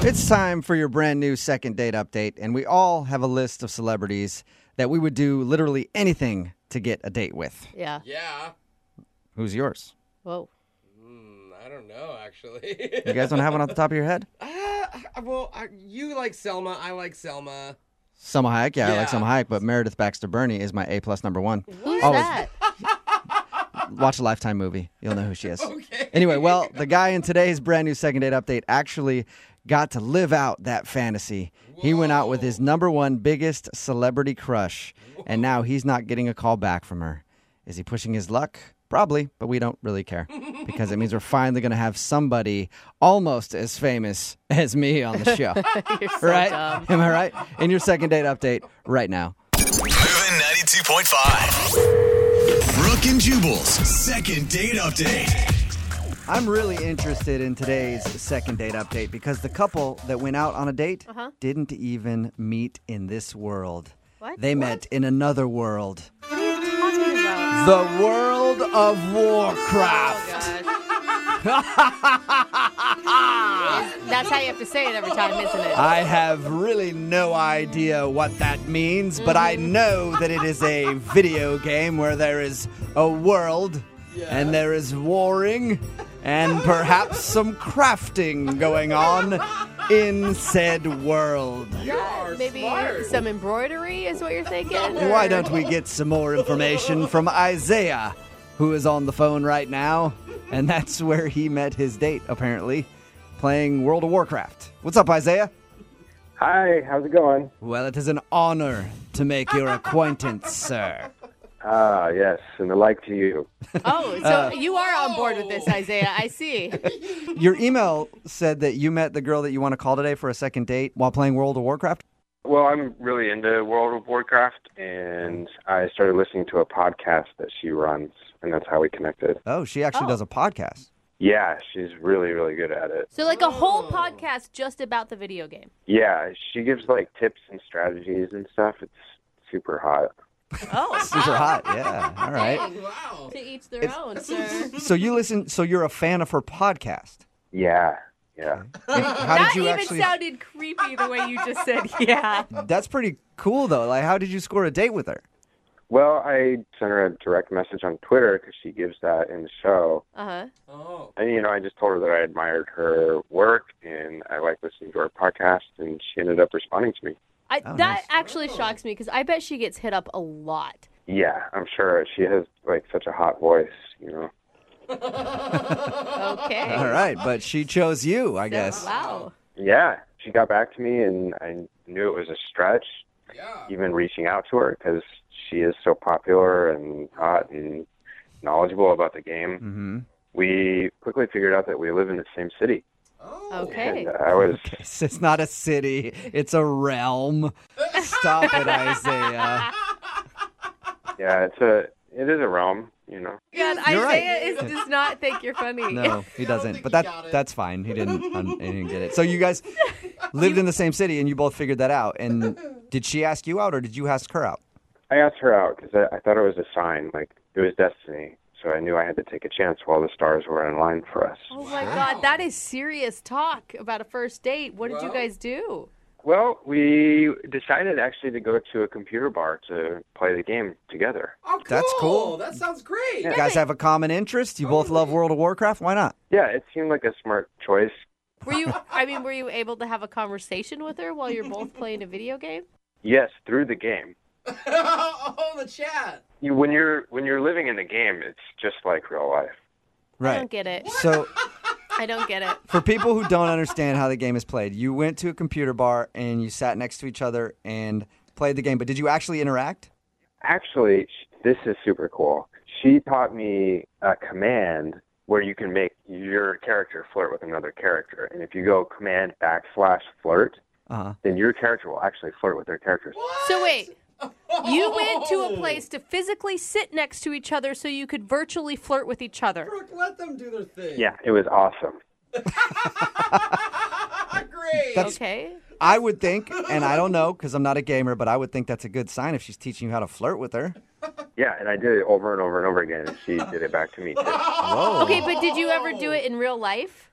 It's time for your brand new second date update, and we all have a list of celebrities that we would do literally anything to get a date with. Yeah. Yeah. Who's yours? Whoa. Hmm, I don't know, actually. You guys don't have one off the top of your head? Uh, well, I, you like Selma. I like Selma. Selma Hayek, yeah, I like Yeah. Selma Hayek, but Meredith Baxter Burney is my A plus number one. Who's Always. that? Watch a Lifetime movie, you'll know who she is. Okay. Anyway, well, the guy in today's brand new second date update actually got to live out that fantasy. He went out with his number one biggest celebrity crush, and now he's not getting a call back from her. Is he pushing his luck? Probably, but we don't really care because it means we're finally going to have somebody almost as famous as me on the show. You're so right? dumb. Am I right? In your second date update right now. Moving 92.5. Brooke and Jubal's second date update. I'm really interested in today's second date update because the couple that went out on a date Uh-huh. didn't even meet in this world. What? They What? met in another world. What are you talking about? The world of Oh, Warcraft. gosh. That's how you have to say it every time, isn't it? I have really no idea what that means, but I know that it is a video game where there is a world and there is warring and perhaps some crafting going on in said world. Maybe some embroidery is what you're thinking? Why don't we get some more information from Isaiah, who is on the phone right now? And that's where he met his date, apparently, playing World of Warcraft. What's up, Isaiah? Hi, how's it going? Well, it is an honor to make your acquaintance, sir. Ah, yes, and the like to you. Oh, so Uh, you are on board with this, Isaiah. I see. Your email said that you met the girl that you want to call today for a second date while playing World of Warcraft. Well, I'm really into World of Warcraft, and I started listening to a podcast that she runs, and that's how we connected. Oh, she actually Oh. does a podcast. Yeah, she's really, really good at it. So, like a whole podcast just about the video game. Yeah, she gives like tips and strategies and stuff. It's super hot. Oh, Super hot. Yeah. All right. Wow. to each their own, sir. So you listen, so you're a fan of her podcast. Yeah, yeah. How that even sounded creepy the way you just said, yeah. That's pretty cool though. Like how did you score a date with her? Well, I sent her a direct message on Twitter because she gives that in the show. Uh huh. Oh. And, you know, I just told her that I admired her work and I like listening to her podcast, and she ended up responding to me. I, Oh, that nice. actually shocks me because I bet she gets hit up a lot. Yeah, I'm sure she has like such a hot voice, you know. Okay. All right, but she chose you, I guess. Wow. Yeah, she got back to me, and I knew it was a stretch, Yeah. even reaching out to her because she is so popular and hot and knowledgeable about the game. Mm-hmm. We quickly figured out that we live in the same city, Oh. Okay. and uh, I was It's not a city; it's a realm. Stop it, Isaiah. yeah, it's a it is a realm, you know. God, You're Isaiah right. is, does not think you're funny. No, he doesn't. think But he got that it. that's fine. He didn't. Un- he didn't get it. So you guys lived in the same city, and you both figured that out. And did she ask you out, or did you ask her out? I asked her out because I, I thought it was a sign, like it was destiny. So I knew I had to take a chance while the stars were in line for us. Oh my God, that is serious talk about a first date. What did you Well- guys do? Well, we decided actually to go to a computer bar to play the game together. Oh, cool. That's cool. That sounds great. You guys have a common interest. You both love World of Warcraft. Why not? Yeah, it seemed like a smart choice. Were you? I mean, were you able to have a conversation with her while you're both playing a video game? Yes, through the game. oh, the chat. You, when you're when you're living in the game, it's just like real life. I don't Right. get it. So I don't get it. for people who don't understand how the game is played, you went to a computer bar and you sat next to each other and played the game. But did you actually interact? Actually, sh- this is super cool. She taught me a command where you can make your character flirt with another character, and if you go command backslash flirt, Uh-huh. then your character will actually flirt with their character. So wait, you went to a place to physically sit next to each other so you could virtually flirt with each other. Brooke, let them do their thing. Yeah, it was awesome. great. Okay. I would think, and I don't know because I'm not a gamer, but I would think that's a good sign if she's teaching you how to flirt with her. Yeah, and I did it over and over and Oh. over again, and she did it back to me too. Whoa. Okay, but did you ever do it in real life?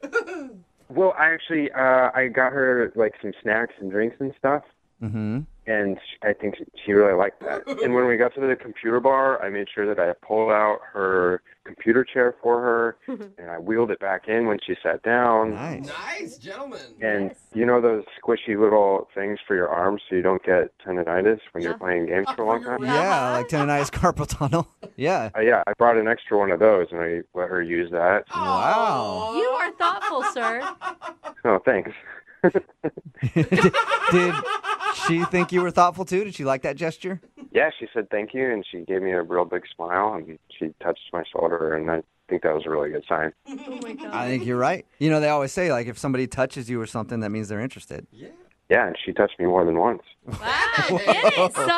Well, I actually uh, I got her like some snacks and drinks and stuff, Mm-hmm. and sh I think she- she really liked that. and when we got to the computer bar, I made sure that I pulled out her computer chair for her, and I wheeled it back in when she sat down. Nice. Nice, gentlemen. And Nice. you know those squishy little things for your arms so you don't get tendonitis when you're Yeah. playing games for a long time? Yeah, like tendonitis carpal tunnel. Yeah. Uh, yeah, I brought an extra one of those and I let her use that. Oh. Wow. You are thoughtful, sir. Oh, thanks. did, did she think you were thoughtful too? Did she like that gesture? Yeah, she said thank you and she gave me a real big smile and she touched my shoulder and I think that was a really good sign. Oh my God. I think you're right. You know, they always say like if somebody touches you or something, that means they're interested. Yeah. Yeah, and she touched me more than once. Wow, get it, son.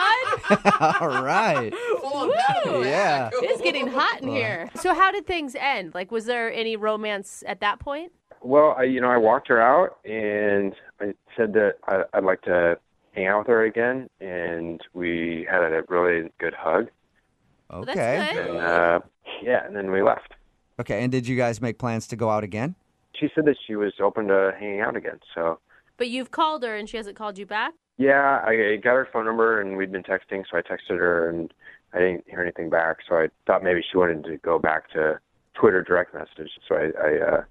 All right. Full on pat on the Yeah. back. It's getting hot in here. So, how did things end? Like, was there any romance at that point? Well, I, you know, I walked her out and I said that I, I'd like to hang out with her again and we had a really good hug that's Okay. good. and uh, yeah, and then we left. Okay. And did you guys make plans to go out again? she said that she was open to hanging out again. So But you've called her and she hasn't called you back? yeah, I I got her phone number and we'd been texting, so I texted her and I didn't hear anything back. So I thought maybe she wanted to go back to Twitter direct message. So I, I uh,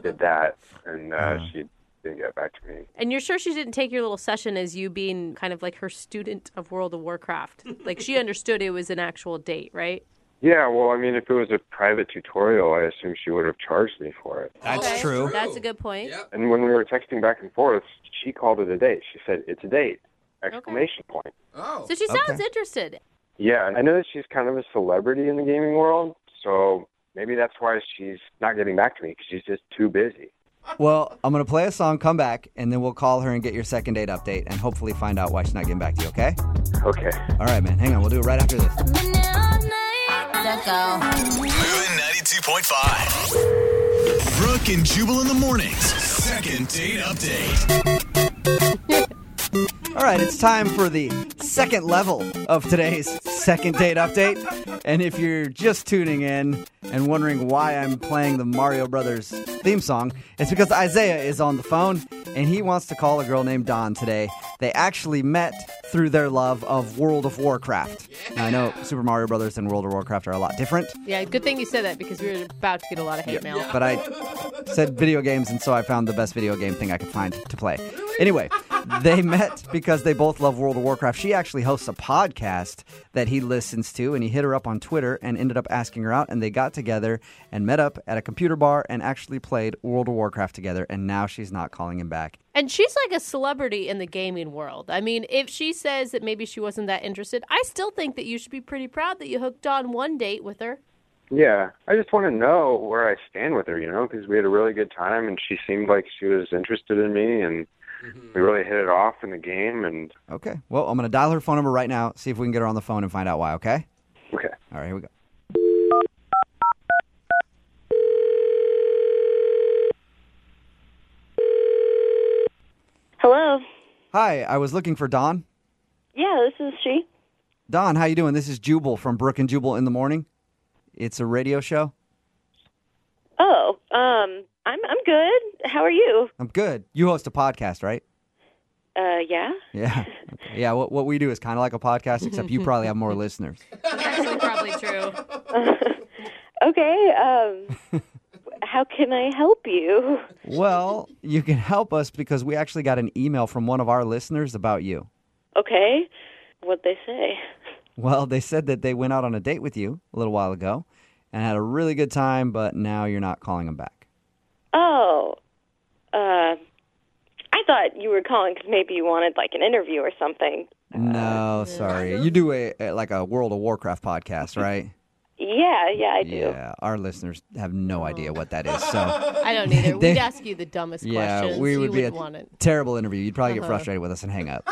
did that, and uh, she didn't get back to me. And you're sure she didn't take your little session as you being kind of like her student of World of Warcraft? Like, she understood it was an actual date, right? Yeah, well, I mean, if it was a private tutorial, I assume she would have charged me for it. That's Okay, true. That's a good point. Yep. And when we were texting back and forth, she called it a date. She said, "It's a date!" Exclamation point. Oh. So, she Okay. sounds interested. Yeah, and I know that she's kind of a celebrity in the gaming world, so maybe that's why she's not getting back to me because she's just too busy. Well, I'm going to play a song, come back, and then we'll call her and get your second date update and hopefully find out why she's not getting back to you, okay? Okay. All right, man. Hang on. We'll do it right after this. Moving 92.5. Brooke and Jubal in the mornings. Second date update. All right, it's time for the second level of today's second date update. And if you're just tuning in and wondering why I'm playing the Mario Brothers theme song, it's because Isaiah is on the phone and he wants to call a girl named Dawn today. They actually met through their love of World of Warcraft. Now, I know Super Mario Brothers and World of Warcraft are a lot different, Yeah, good thing you said that because we were about to get a lot of hate mail. but I said video games, and so I found the best video game thing I could find to play. Anyway, they met because they both love World of Warcraft. She actually hosts a podcast that he listens to, and he hit her up on Twitter and ended up asking her out, and they got together and met up at a computer bar and actually played World of Warcraft together, and now she's not calling him back. And she's like a celebrity in the gaming world. I mean, if she says that maybe she wasn't that interested, I still think that you should be pretty proud that you hooked on one date with her. Yeah, I just want to know where I stand with her, you know, because we had a really good time and she seemed like she was interested in me and we really hit it off in the game. And Okay, well, I'm going to dial her phone number right now, see if we can get her on the phone and find out why, okay? okay, All right, here we go. Hello. Hi, I was looking for Don. Yeah, this is she. Don, how you doing? This is Jubal from Brook and Jubal in the Morning. It's a radio show. Oh, um, I'm I'm good. How are you? I'm good. You host a podcast, right? Uh, yeah. Yeah. Okay. Yeah, what, what we do is kind of like a podcast, except you probably have more listeners. Actually, probably true. Okay. Um, how can I help you? Well, you can help us because we actually got an email from one of our listeners about you. Okay. What they say? Well, they said that they went out on a date with you a little while ago and had a really good time, but now you're not calling them back. Oh, uh, I thought you were calling because maybe you wanted like an interview or something. No, sorry. You do a, a like a World of Warcraft podcast, right? Yeah, yeah, I do. Yeah, our listeners have no idea what that is. So I don't either. They- We'd ask you the dumbest yeah, questions. we you would be a wouldn't want it. terrible interview. You'd probably get frustrated with us and hang up.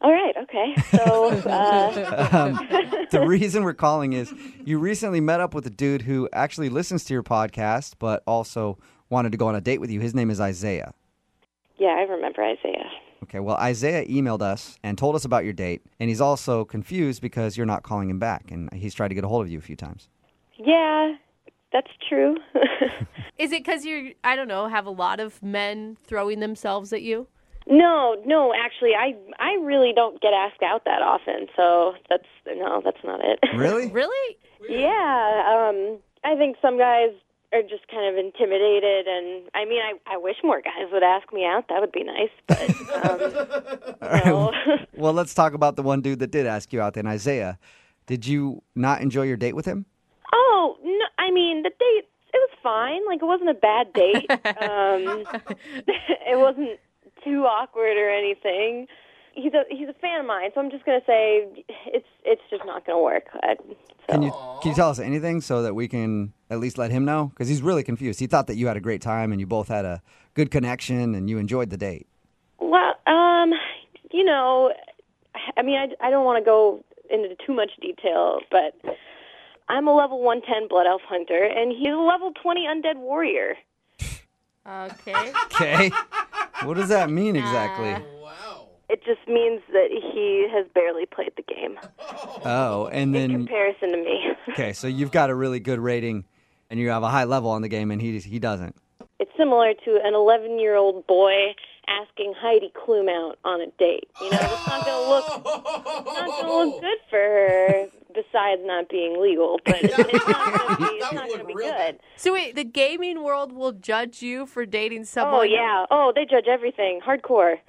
All right. Okay. So, uh, the reason we're calling is you recently met up with a dude who actually listens to your podcast, but also wanted to go on a date with you. His name is Isaiah. yeah, I remember Isaiah. Okay, well, Isaiah emailed us and told us about your date, and he's also confused because you're not calling him back, and he's tried to get a hold of you a few times. Yeah, That's true. Is it because you're, I don't know, have a lot of men throwing themselves at you? no, no, actually, I I really don't get asked out that often, so that's no, that's not it. Really? Really? yeah, um, I think some guys are just kind of intimidated, and I mean, I I wish more guys would ask me out. That would be nice, but um, no. Well, let's talk about the one dude that did ask you out then, Isaiah. Did you not enjoy your date with him? oh no, I mean the date. It was fine. Like it wasn't a bad date. Um, it wasn't too awkward or anything. He's a he's a fan of mine, so I'm just gonna say it's it's just not gonna work. I, so. Can you can you tell us anything so that we can at least let him know? Because he's really confused. He thought that you had a great time and you both had a good connection and you enjoyed the date. Well, um, you know, I mean, I, I don't want to go into too much detail, but I'm a level 110 blood elf hunter, and he's a level 20 undead warrior. Okay. Okay. what does that mean exactly? Wow. It just means that he has barely played the game Oh, and then in comparison to me. okay, so you've got a really good rating and you have a high level on the game and he he doesn't. it's similar to an 11 year old boy asking Heidi Klum out on a date. You know, it's not gonna look not gonna Oh. look good for her. Besides not being legal, but it's not gonna be, it's That not would gonna look be real good. So wait, the gaming world will judge you for dating someone. Oh yeah. Oh, they judge everything. Hardcore.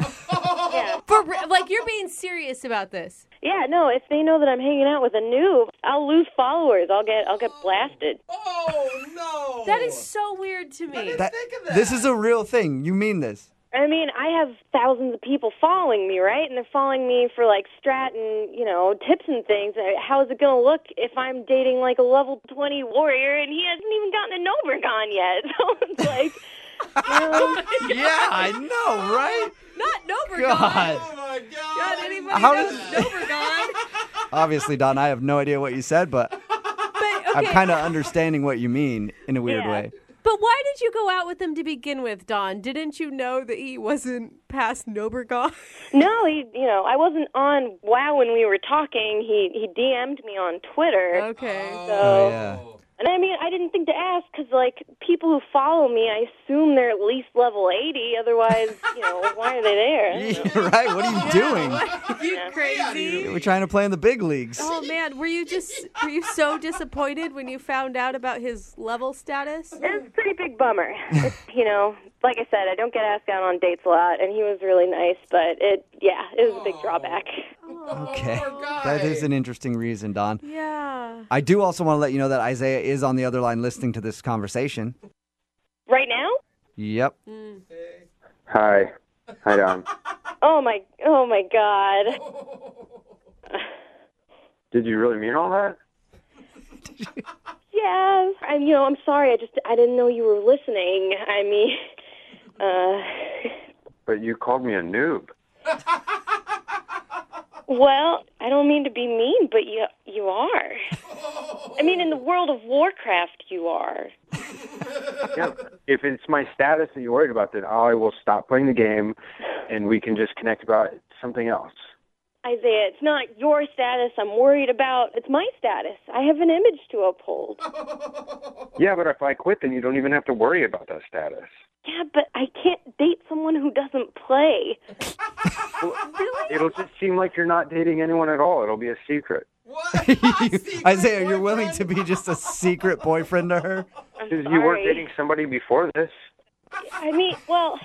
yeah. For re- like you're being serious about this. Yeah, no, if they know that I'm hanging out with a noob, I'll lose followers. I'll get I'll get blasted. Oh no. That is so weird to me. That- think of This that. is a real thing. You mean this? I mean, I have thousands of people following me, right? And they're following me for like strat and, you know, tips and things. Uh, How is it going to look if I'm dating like a level 20 warrior and he hasn't even gotten a Nobergon yet? So it's like, um, you know, Yeah, I know, right? Not Nobergon. God. Oh my god. Not anybody How knows does- Nobergon. Obviously, Don, I have no idea what you said, but But I'm okay. kind of understanding what you mean in a weird Yeah. way. But why did you go out with him to begin with, Don? Didn't you know that he wasn't past Nobergon? no, he, you know, I wasn't on WoW when we were talking. He he DM'd me on Twitter. Okay. So, Oh, yeah. And I mean, I didn't think to ask because, like, people who follow me, I assume they're at least level 80. Otherwise, you know, why are they there? I don't know. You're Oh, right. What are you doing? you crazy. We're trying to play in the big leagues. Oh man, were you just were you so disappointed when you found out about his level status? It's a pretty big bummer. It's, you know, like I said, I don't get asked out on dates a lot, and he was really nice, but it, yeah, it was a big drawback. Okay. That is an interesting reason, Don. Yeah. I do also want to let you know that Isaiah is on the other line listening to this conversation. Right now? Yep. Hi. Hi, um, Don. Oh my, oh my God. Did you really mean all that? Yeah, I'm, you know, I'm sorry. I just, I didn't know you were listening. I mean, uh, But you called me a noob. well, I don't mean to be mean, but you, you are. I mean, in the world of Warcraft, you are. Yeah. If it's my status that you're worried about, then I will stop playing the game and we can just connect about something else. Isaiah, it's not your status I'm worried about. It's my status. I have an image to uphold. Yeah, but if I quit, then you don't even have to worry about that status. Yeah, but I can't date someone who doesn't play. It'll just seem like you're not dating anyone at all. It'll be a secret. What? Isaiah, you're willing to be just a secret boyfriend to her? Because you weren't Sorry. dating somebody before this. I mean, well,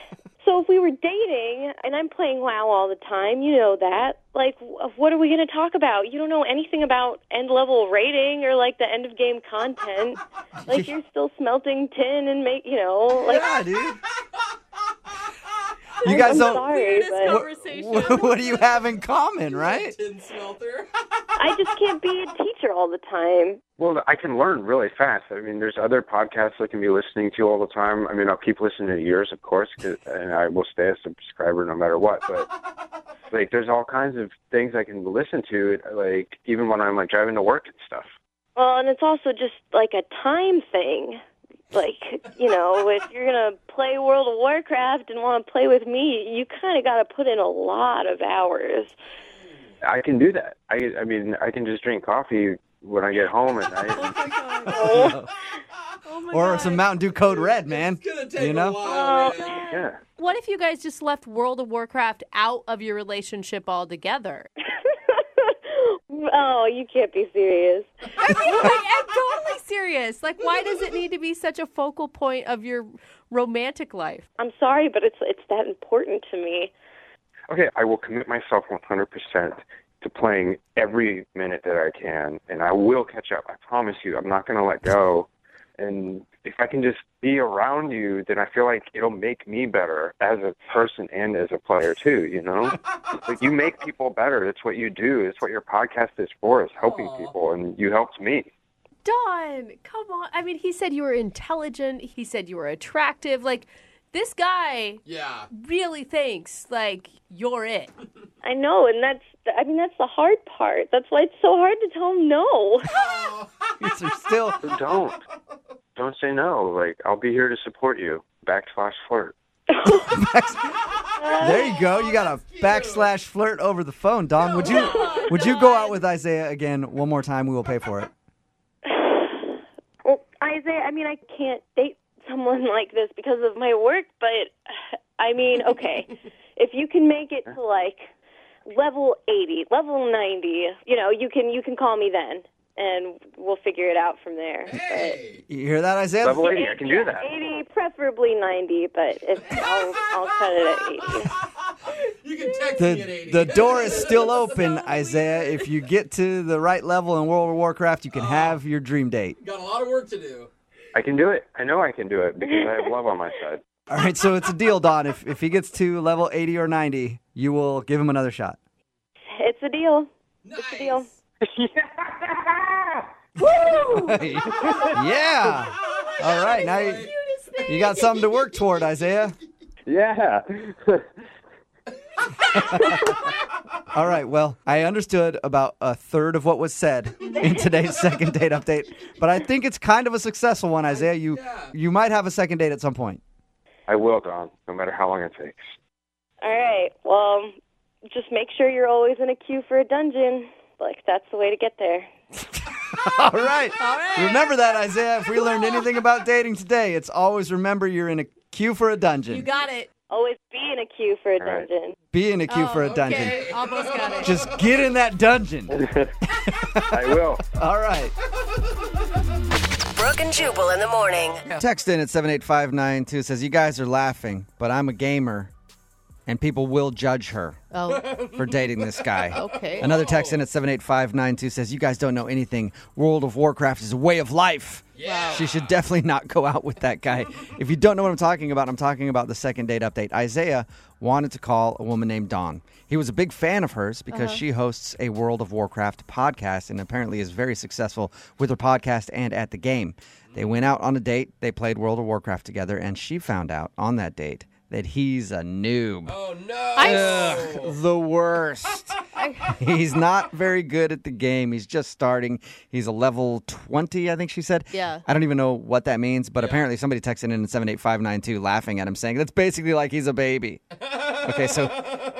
so if we were dating and I'm playing WoW all the time, you know that. Like, wh- what are we going to talk about? You don't know anything about end level rating or like the end of game content. Like, you're still smelting tin and make, you know, like. Yeah, dude. You guys I'm don't. sorry, but conversation. What, what do you have in common, right? Tin smelter. I just can't be a teacher all the time. Well, I can learn really fast. I mean, there's other podcasts I can be listening to all the time. I mean, I'll keep listening to yours, of course, 'cause- and I will stay a subscriber no matter what. But like, there's all kinds of things I can listen to, like even when I'm like driving to work and stuff. Well, and it's also just like a time thing. Like, you know, if you're going to play World of Warcraft and want to play with me, you kind of got to put in a lot of hours. I can do that. I, I mean, I can just drink coffee when I get home, and I, Oh my god. or some Mountain Dew Code Red, man. It's gonna take you know? a while. Oh. man. Yeah. What if you guys just left World of Warcraft out of your relationship altogether? oh, you can't be serious. like, I'm totally serious. Like, why does it need to be such a focal point of your romantic life? I'm sorry, but it's it's that important to me. Okay, I will commit myself 100% to playing every minute that I can, and I will catch up. I promise you, I'm not going to let go. And if I can just be around you, then I feel like it'll make me better as a person and as a player too. You know, like you make people better. That's what you do. It's what your podcast is for. Is helping people, and you helped me. Don, come on. I mean, he said you were intelligent. He said you were attractive. Like, this guy Yeah. really thinks like you're it. I know, and that's I mean that's the hard part. That's why it's so hard to tell him no. These are still So don't, don't say no. Like I'll be here to support you. Backslash flirt. there. You go. You got a backslash flirt over the phone, Don. would you would you go out with Isaiah again one more time? We will pay for it. Well, Isaiah, I mean I can't date someone like this because of my work, but I mean, okay, if you can make it to like level 80, level 90, you know, you can you can call me then and we'll figure it out from there. Hey. You hear that, Isaiah? Level 80. I can do that. But 80, preferably 90, but if I'll I'll cut it at 80. You can text me at The, 80. the door is still open, Isaiah. If you get to the right level in World of Warcraft, you can Uh-huh. have your dream date. Got a lot of work to do. I can do it. I know I can do it because I have love on my side. All right, so it's a deal, Don. If if he gets to level 80 or 90, you will give him another shot. It's a deal. Nice. deal. yeah. All right, now you, you got something to work toward, Isaiah. Yeah. All right, well, I understood about a third of what was said in today's second date update, but I think it's kind of a successful one, Isaiah. You you might have a second date at some point. I will, Don, no matter how long it takes. All right. Well, just make sure you're always in a queue for a dungeon. Like that's the way to get there. All right. Remember that, Isaiah. If we learned anything about dating today, it's always remember you're in a queue for a dungeon. You got it. Always be in a queue for a right. dungeon. Be in a queue for a dungeon. Oh, Okay, almost got it. Just get in that dungeon. I will. All right. Brooke and Jubal in the morning. Text in at 78592 says, You guys are laughing, but I'm a gamer, and people will judge her oh, for dating this guy. okay. Another text in at 78592 says, You guys don't know anything. World of Warcraft is a way of life. Yeah. She should definitely not go out with that guy. if you don't know what I'm talking about, I'm talking about the second date update. Isaiah wanted to call a woman named Dawn. He was a big fan of hers because she hosts a World of Warcraft podcast and apparently is very successful with her podcast and at the game. They went out on a date, they played World of Warcraft together, and she found out on that date that he's a noob Oh no. the worst. He's not very good at the game. He's just starting. He's a level 20, I think she said. Yeah. I don't even know what that means, but apparently somebody texted in at 78592 laughing at him saying, that's basically like he's a baby. okay, so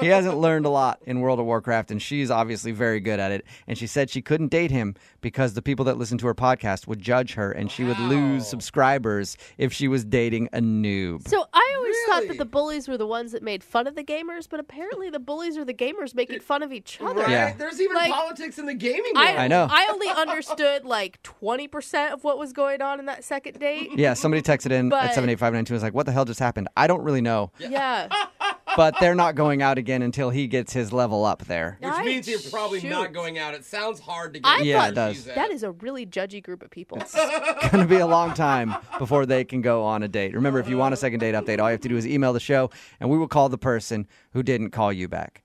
he hasn't learned a lot in World of Warcraft, and she's obviously very good at it. And she said she couldn't date him because the people that listen to her podcast would judge her and she would lose subscribers if she was dating a noob. So I always thought Really? that the bullies were the ones that made fun of the gamers, but apparently the bullies are the gamers making fun of each other. Right? Yeah. There's even Like- politics in the gaming world. I, I know. I only understood like 20% of what was going on in that second date. Yeah, somebody texted in at But- 78592 and was like, what the hell just happened? I don't really know. Yeah. but they're not going out again until he gets his level up there. Which I- means you're probably shoot. not going out. It sounds hard to get. I Yeah, thought it does. that is a really judgy group of people. It's going to be a long time before they can go on a date. Remember, if you want a second date update, all you have to do is email the show, and we will call the person who didn't call you back.